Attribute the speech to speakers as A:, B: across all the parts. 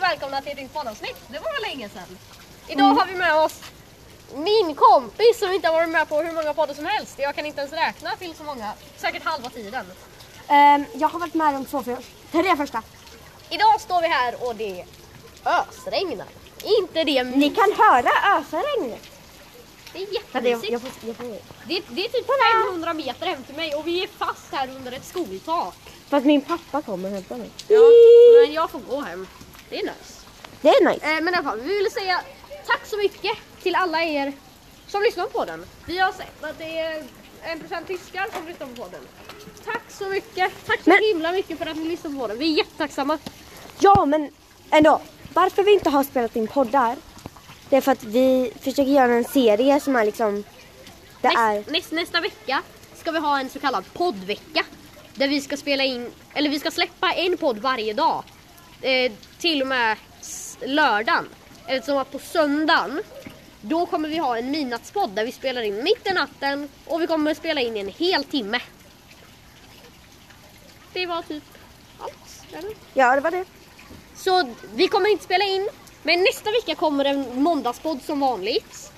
A: välkomna till ett nytt poddavsnitt. Det var länge sedan. Idag har vi med oss min kompis som inte har varit med på hur många poddar som helst. Jag kan inte ens räkna till så många. Säkert halva tiden.
B: Ehm, jag har varit med de två för, tre första.
A: Idag står vi här och det ösregnar. Inte det
B: Ni
A: mysigt?
B: kan höra ösregnet.
A: Det är
B: Ja, det, jag,
A: jättemysigt.
B: jag får, jag får,
A: Det, det är typ 500 meter hem till mig och vi är fast här under ett skoltak.
B: för att min pappa kommer och hämtar mig.
A: Ja, men jag får gå hem. Det är nice.
B: Det är nice.
A: Eh, men i alla fall, vi vill säga tack så mycket till alla er som lyssnar på den. Vi har sett att det är en procent tyskar som lyssnar på den. Tack så mycket. Tack så
B: Men-
A: himla mycket för att ni lyssnar på den. Vi är jättetacksamma.
B: Ja, men ändå. Varför vi inte har spelat in poddar, det är för att vi försöker göra en serie som är liksom, det är,
A: Näst, näst, nästa vecka ska vi ha en så kallad poddvecka. Där vi ska spela in, eller vi ska släppa en podd varje dag. Eh, till och med s- lördagen. Eftersom att på söndagen då kommer vi ha en midnattspodd där vi spelar in mitt i natten och vi kommer spela in i en hel timme. Det var typ allt. Eller?
B: ja det var det.
A: Så vi kommer inte spela in. Men nästa vecka kommer en måndagspodd som vanligt.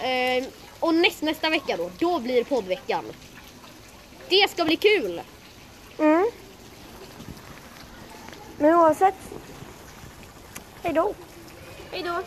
A: Ehm, och näst, nästa vecka då, då blir poddveckan. Det ska bli kul!
B: Mm. Men oavsett, hejdå.
A: Hejdå!